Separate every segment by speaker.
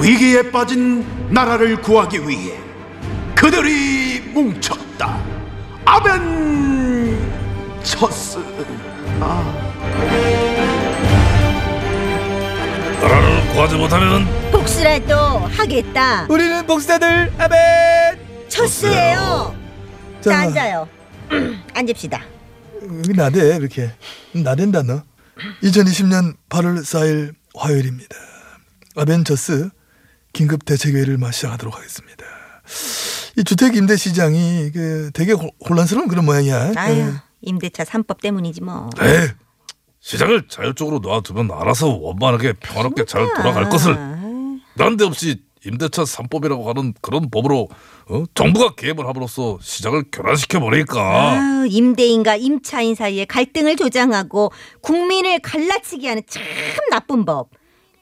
Speaker 1: 위기에 빠진 나라를 구하기 위해 그들이 뭉쳤다. 아벤처스.
Speaker 2: 나라를 구하지 못하면
Speaker 3: 복수라도 하겠다.
Speaker 4: 우리는 복사들 아멘.
Speaker 3: 첫수예요. 자 앉아요. 앉읍시다.
Speaker 4: 응, 나대 음, 이렇게 나댄다 너. 2020년 8월 4일 화요일입니다. 아벤저스 긴급 대책회의를 마 시작하도록 하겠습니다. 이 주택 임대 시장이 그 되게 호- 혼란스러운 그런 모양이야. 예.
Speaker 3: 아유 임대차 3법 때문이지 뭐.
Speaker 2: 에 시장을 자율적으로 놔두면 알아서 원만하게 평화롭게 잘 돌아갈 것을
Speaker 3: 아,
Speaker 2: 난데없이 임대차 3법이라고 하는 그런 법으로 어? 정부가 개입을 함으로써 시장을 교란시켜 버리니까
Speaker 3: 아유, 임대인과 임차인 사이에 갈등을 조장하고 국민을 갈라치게 하는 참 나쁜 법.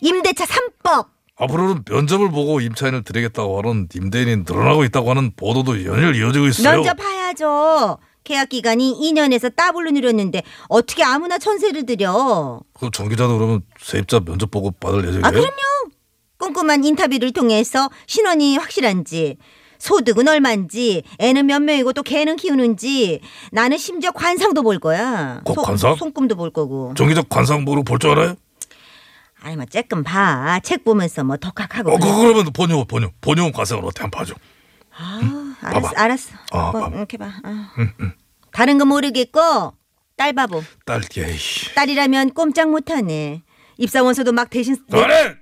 Speaker 3: 임대차 3법.
Speaker 2: 앞으로는 면접을 보고 임차인을 드리겠다고 하는 임대인이 늘어나고 있다고 하는 보도도 연일 이어지고 있어요.
Speaker 3: 면접 봐야죠. 계약 기간이 2년에서 따블로 늘었는데 어떻게 아무나 천세를 들여?
Speaker 2: 그럼 정 기자도 그러면 세입자 면접 보고 받을 예정이에요?
Speaker 3: 아 그럼요. 꼼꼼한 인터뷰를 통해서 신원이 확실한지 소득은 얼마인지 애는 몇 명이고 또 개는 키우는지 나는 심지어 관상도 볼 거야.
Speaker 2: 꼭
Speaker 3: 손-
Speaker 2: 관상?
Speaker 3: 손금도 볼 거고.
Speaker 2: 정 기자 관상 보러 볼 줄 알아요?
Speaker 3: 아니 뭐 쬐끔 봐. 책 보면서 뭐 덕학하고.
Speaker 2: 어, 그,
Speaker 3: 그래.
Speaker 2: 그러면 본용, 본용, 본용 관상으로 어떻게 한번 봐줘.
Speaker 3: 아, 알았어,
Speaker 2: 봐봐.
Speaker 3: 알았어.
Speaker 2: 아,
Speaker 3: 뭐,
Speaker 2: 봐봐.
Speaker 3: 이렇게 봐. 아. 다른 거 모르겠고 딸 바보.
Speaker 2: 딸, 예이.
Speaker 3: 딸이라면 꼼짝 못하네. 입사원서도 막 대신. 내-
Speaker 2: 그만해!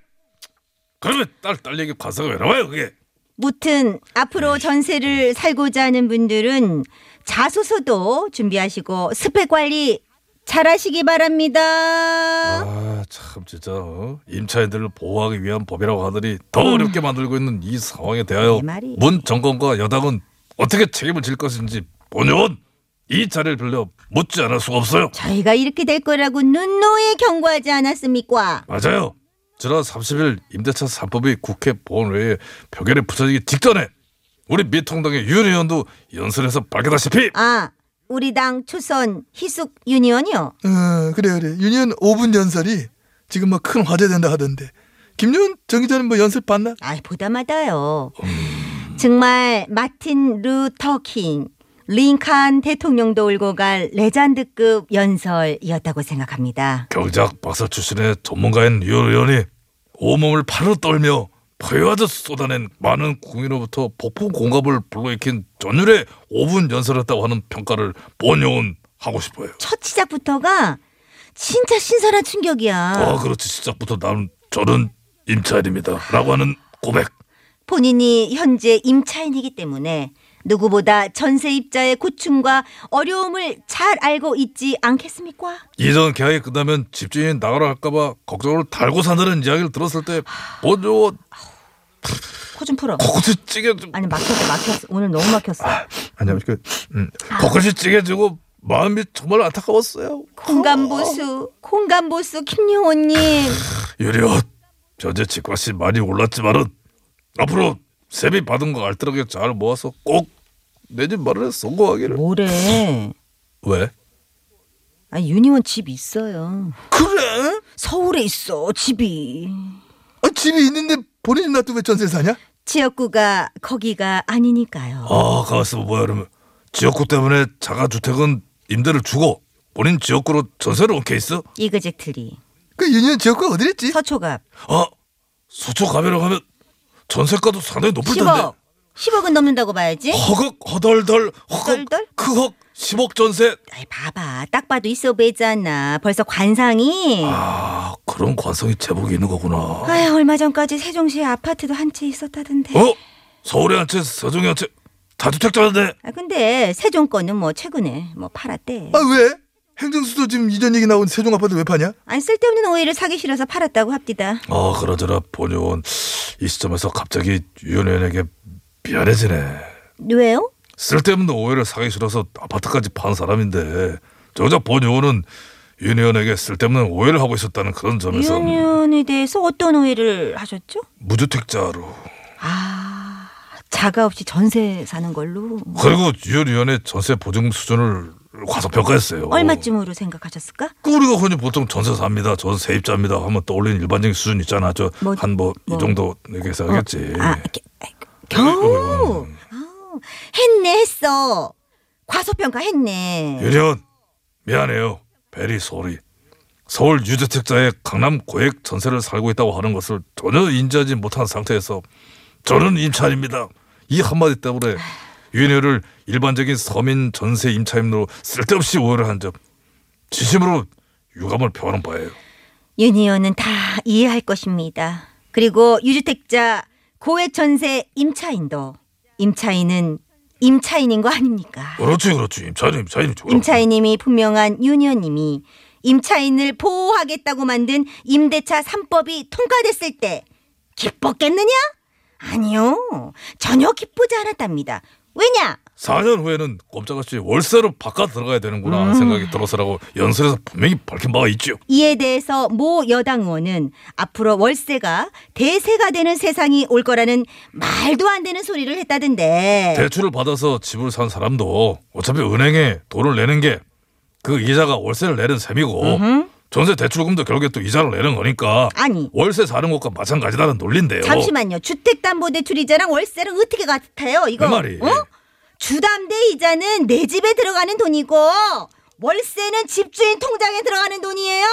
Speaker 2: 그러면 딸, 딸 얘기 관상이 왜 나와요, 그게?
Speaker 3: 무튼 앞으로 전세를 살고자 하는 분들은 자소서도 준비하시고 스펙 관리 잘하시기 바랍니다.
Speaker 2: 아, 참, 진짜. 어? 임차인들을 보호하기 위한 법이라고 하더니 더 어렵게 만들고 있는 이 상황에 대하여
Speaker 3: 음. 내 말이.
Speaker 2: 문 정권과 여당은 어떻게 책임을 질 것인지 본용은 이 자리를 빌려 묻지 않을 수가 없어요.
Speaker 3: 저희가 이렇게 될 거라고 눈노에 경고하지 않았습니까?
Speaker 2: 맞아요. 지난 30일 임대차 3법이 국회 본회의 표결에 붙여지기 직전에 우리 미통당의 윤 의원도 연설에서 밝혔다시피
Speaker 3: 아, 우리 당 초선 희숙 유니언이요.
Speaker 4: 어, 그래 그래. 유니언 5분 연설이 지금 뭐 큰 화제 된다 하던데. 김윤 정 기자는 뭐 연설 봤나?
Speaker 3: 아이 보다마다요. 정말 마틴 루터킹, 링컨 대통령도 울고 갈 레전드급 연설이었다고 생각합니다.
Speaker 2: 경제학 박사 출신의 전문가인 윤 의원이 온몸을 팔로 떨며 포효하듯 쏟아낸 많은 국민으로부터 폭풍 공감을 불러일으킨 전율의 5분 연설했다고 하는 평가를 본용은 하고 싶어요.
Speaker 3: 첫 시작부터가 진짜 신선한 충격이야.
Speaker 2: 아 그렇지 시작부터 나는 저는 임차인입니다. 라고 하는 고백.
Speaker 3: 본인이 현재 임차인이기 때문에 누구보다 전세입자의 고충과 어려움을 잘 알고 있지 않겠습니까?
Speaker 2: 이전 계약이 끝나면 집주인이 나가라 할까봐 걱정을 달고 산다는 이야기를 들었을 때 먼저
Speaker 3: 코 좀 풀어.
Speaker 2: 코끝이 찌개지고
Speaker 3: 아니 막혔어 막혔어. 오늘 너무 막혔어.
Speaker 2: 아니요 그 음, 코끝이 찌개지고 마음이 정말 안타까웠어요 아.
Speaker 3: 공감보수 공감보수 김용호님.
Speaker 2: 유리옷 현재 집값이 많이 올랐지만은 앞으로 세비 받은 거 알뜰하게 잘 모아서 꼭 내 집 마련에 성공하기를
Speaker 3: 뭐래?
Speaker 2: 왜?
Speaker 3: 아 유니원 집 있어요.
Speaker 4: 그래?
Speaker 3: 서울에 있어 집이.
Speaker 4: 아, 집이 있는데 본인 집 놔두고 왜 전세 사냐?
Speaker 3: 지역구가 거기가 아니니까요.
Speaker 2: 아 가만있어 뭐야 그러면 지역구 때문에 자가주택은 임대를 주고 본인 지역구로 전세를 온 케이스?
Speaker 3: 이그젝트리
Speaker 4: 그 유니언 지역구가 어디랬지?
Speaker 3: 서초갑
Speaker 2: 아 서초 가면로 가면 전세가도 상당히 높을 텐데
Speaker 3: 10억 네? 10억은 넘는다고 봐야지.
Speaker 2: 허걱 허덜덜 그 허걱
Speaker 3: 덜덜?
Speaker 2: 크헉 10억 전세
Speaker 3: 아이, 봐봐. 딱 봐도 있어 보이잖아. 벌써 관상이.
Speaker 2: 아 그런 관성이 제복이 있는 거구나 어?
Speaker 3: 아휴, 얼마 전까지 세종시에 아파트도 한 채 있었다던데.
Speaker 2: 서울에 한채 서종에 한채 다주택자인데
Speaker 3: 아, 근데 세종 거는 뭐 최근에 뭐 팔았대.
Speaker 4: 아 왜? 행정수도 지금 이전 얘기 나온 세종 아파트 왜 파냐?
Speaker 3: 안 쓸데없는 오해를 사기 싫어서 팔았다고 합디다.
Speaker 2: 아 그러저나 본의원 이 시점에서 갑자기 유원에게 미안해지네
Speaker 3: 왜요?
Speaker 2: 쓸데없는 오해를 사기 싫어서 아파트까지 판 사람인데 정작 본의원은 유원에게 쓸데없는 오해를 하고 있었다는 그런 점에서
Speaker 3: 유니온에 대해서 어떤 오해를 하셨죠?
Speaker 2: 무주택자로
Speaker 3: 아, 자가 없이 전세 사는 걸로.
Speaker 2: 어. 그리고 유연위원회 전세 보증 수준을 과소평가했어요. 그
Speaker 3: 얼마쯤으로 생각하셨을까?
Speaker 2: 우리가 흔히 보통 전세 삽니다. 전 세입자입니다. 하면 떠올리는 일반적인 수준 있잖아. 저 한
Speaker 3: 뭐,
Speaker 2: 뭐 이
Speaker 3: 뭐.
Speaker 2: 정도 얘기해서 하겠지. 음.
Speaker 3: 아, 게- 아이고, 겨우. 아우, 했네 했어. 과소평가 했네.
Speaker 2: 어. 유리원 미안해요. 베리 소리. 서울 유주택자의 강남 고액 전세를 살고 있다고 하는 것을 전혀 인지하지 못한 상태에서 저는 임차인입니다. 이 한마디 때문에 유인혜를 일반적인 서민 전세 임차인으로 쓸데없이 오해를 한 점 진심으로 유감을 표하는 바예요.
Speaker 3: 유니온은 다 이해할 것입니다. 그리고 유주택자 고액 전세 임차인도 임차인은 임차인인 거 아닙니까?
Speaker 2: 그렇지 그렇지 임차인 임차인이죠.
Speaker 3: 임차인님이 분명한 유니온님이 임차인을 보호하겠다고 만든 임대차 3법이 통과됐을 때 기뻤겠느냐? 아니요. 전혀 기쁘지 않았답니다. 왜냐?
Speaker 2: 4년 후에는 꼼짝없이 월세로 바깥 들어가야 되는구나 하는 생각이 들어서라고 연설에서 분명히 밝힌 바가 있죠.
Speaker 3: 이에 대해서 모 여당 의원은 앞으로 월세가 대세가 되는 세상이 올 거라는 말도 안 되는 소리를 했다던데.
Speaker 2: 대출을 받아서 집을 산 사람도 어차피 은행에 돈을 내는 게 그 이자가 월세를 내는 셈이고 전세 대출금도 결국에 또 이자를 내는 거니까
Speaker 3: 아니.
Speaker 2: 월세 사는 것과 마찬가지다는 논리인데요.
Speaker 3: 잠시만요. 주택담보대출 이자랑 월세랑 어떻게 같아요? 이거
Speaker 2: 내 말이.
Speaker 3: 어? 주담대 이자는 내 집에 들어가는 돈이고 월세는 집주인 통장에 들어가는 돈이에요.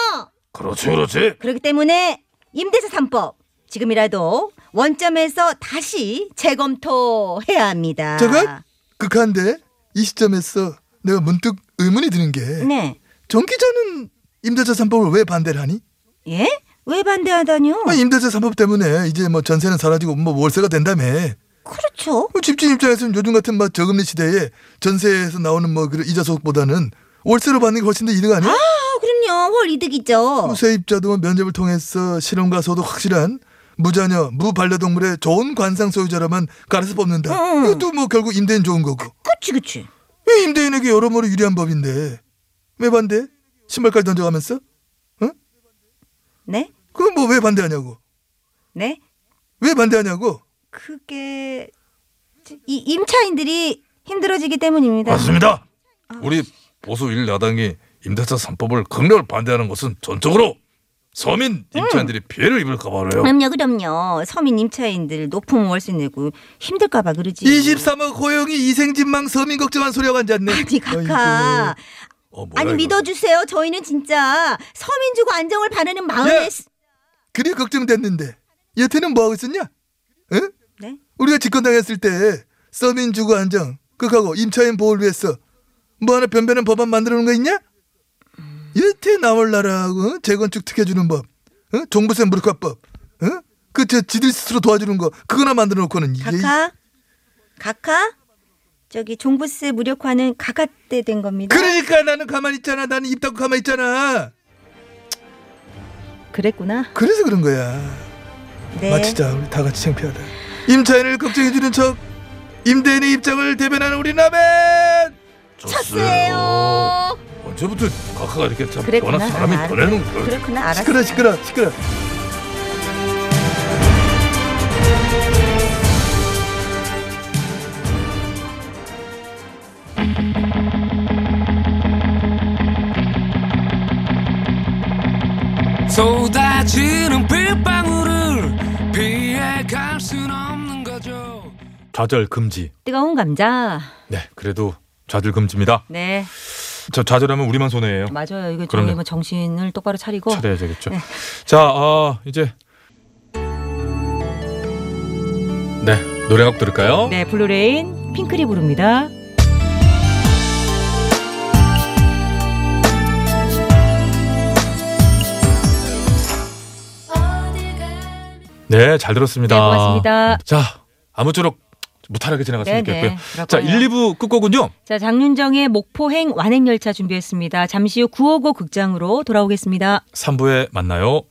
Speaker 2: 그렇지 그렇지.
Speaker 3: 그렇기 때문에 임대차 3법 지금이라도 원점에서 다시 재검토해야 합니다.
Speaker 4: 제가 극한데 이 시점에서 내가 문득 의문이 드는 게
Speaker 3: 네.
Speaker 4: 정 기자는 임대차 3법을 왜 반대를 하니?
Speaker 3: 예? 왜 반대하다뇨?
Speaker 4: 아, 임대차 3법 때문에 이제 뭐 전세는 사라지고 뭐 월세가 된다며.
Speaker 3: 그렇죠.
Speaker 4: 뭐 집주인 입장에서는 요즘 같은 막 저금리 시대에 전세에서 나오는 뭐 그런 이자 소득보다는 월세로 받는 게 훨씬 더 이득 아니야?
Speaker 3: 아, 그럼요. 월 이득이죠.
Speaker 4: 뭐 세입자도 면접을 통해서 실험과 소득 확실한 무자녀 무반려동물의 좋은 관상 소유자라만 갈아서 뽑는다.
Speaker 3: 응.
Speaker 4: 이것도 뭐 결국 임대인 좋은 거고.
Speaker 3: 그치, 그치.
Speaker 4: 이 임대인에게 여러모로 유리한 법인데 왜 반대? 신발까지 던져가면서?
Speaker 3: 네?
Speaker 4: 그럼 뭐 왜 반대하냐고?
Speaker 3: 네?
Speaker 4: 왜 반대하냐고?
Speaker 3: 그게 이 임차인들이 힘들어지기 때문입니다.
Speaker 2: 맞습니다.
Speaker 3: 아.
Speaker 2: 우리 보수 일 야당이 임대차 3법을 극렬 반대하는 것은 전적으로 서민
Speaker 3: 음.
Speaker 2: 임차인들이 피해를 입을까 봐 그래요.
Speaker 3: 그럼요, 그럼요. 서민 임차인들 높은 월세 내고 힘들까봐 그러지.
Speaker 4: 23억 호영이 이생진망 서민 걱정한 소리하고 앉았네.
Speaker 3: 아니 각하.
Speaker 2: 어, 뭐야,
Speaker 3: 아니
Speaker 2: 이거.
Speaker 3: 믿어주세요. 저희는 진짜 서민 주고 안정을 바라는 마음에.
Speaker 4: 예.
Speaker 3: 시-
Speaker 4: 그래 걱정됐는데 여태는 뭐 하고 있었냐? 응?
Speaker 3: 네?
Speaker 4: 우리가 집권당했을 때 서민 주거 안정 극하고 임차인 보호를 위해서 뭐 하나 변변한 법안 만들어 놓은 거 있냐? 여태 나올라라고 어? 재건축 특혜 주는 법 어? 종부세 무력화법 어? 그저 지들 스스로 도와주는 거 그거나 만들어 놓고는 이게
Speaker 3: 각하, 각하. 저기 종부세 무력화는 각하 때 된 겁니다.
Speaker 4: 그러니까 나는 가만히 있잖아 나는 입 닫고 가만히 있잖아
Speaker 3: 그랬구나.
Speaker 4: 그래서 그런 거야
Speaker 3: 네.
Speaker 4: 마치자 우리 다 같이 창피하다 임차인을 걱정해주는 척 임대인의 입장을 대변하는 우리 라벤
Speaker 3: 쳤어요.
Speaker 2: 언제부터 각하가 이렇게 참
Speaker 3: 그랬구나.
Speaker 2: 변한 사람이
Speaker 3: 아,
Speaker 2: 변하는 거야.
Speaker 3: 그렇구나. 알았어.
Speaker 4: 시끄러 시끄러 시끄러
Speaker 5: 쏟아지는 빗방울을 피해 갈 순 없는 거죠.
Speaker 2: 좌절 금지.
Speaker 3: 뜨거운 감자.
Speaker 2: 네, 그래도 좌절 금지입니다.
Speaker 3: 네,
Speaker 2: 저 좌절하면 우리만 손해예요.
Speaker 3: 맞아요. 이거
Speaker 2: 그럼요.
Speaker 3: 저희 뭐 정신을 똑바로 차리고.
Speaker 2: 차려야 되겠죠.
Speaker 3: 네.
Speaker 2: 자, 아, 이제 네 노래 곡 들을까요?
Speaker 3: 네, 블루레인 핑클이 부릅니다. 네,
Speaker 2: 네, 잘 들었습니다.
Speaker 3: 네, 고맙습니다.
Speaker 2: 자, 아무쪼록 무탈하게 지나갔으면
Speaker 3: 네, 네.
Speaker 2: 좋겠고요. 자,
Speaker 3: 그럴 거예요.
Speaker 2: 1, 2부 끝곡은요.
Speaker 3: 자, 장윤정의 목포행 완행열차 준비했습니다. 잠시 후 959 극장으로 돌아오겠습니다.
Speaker 2: 3부에 만나요.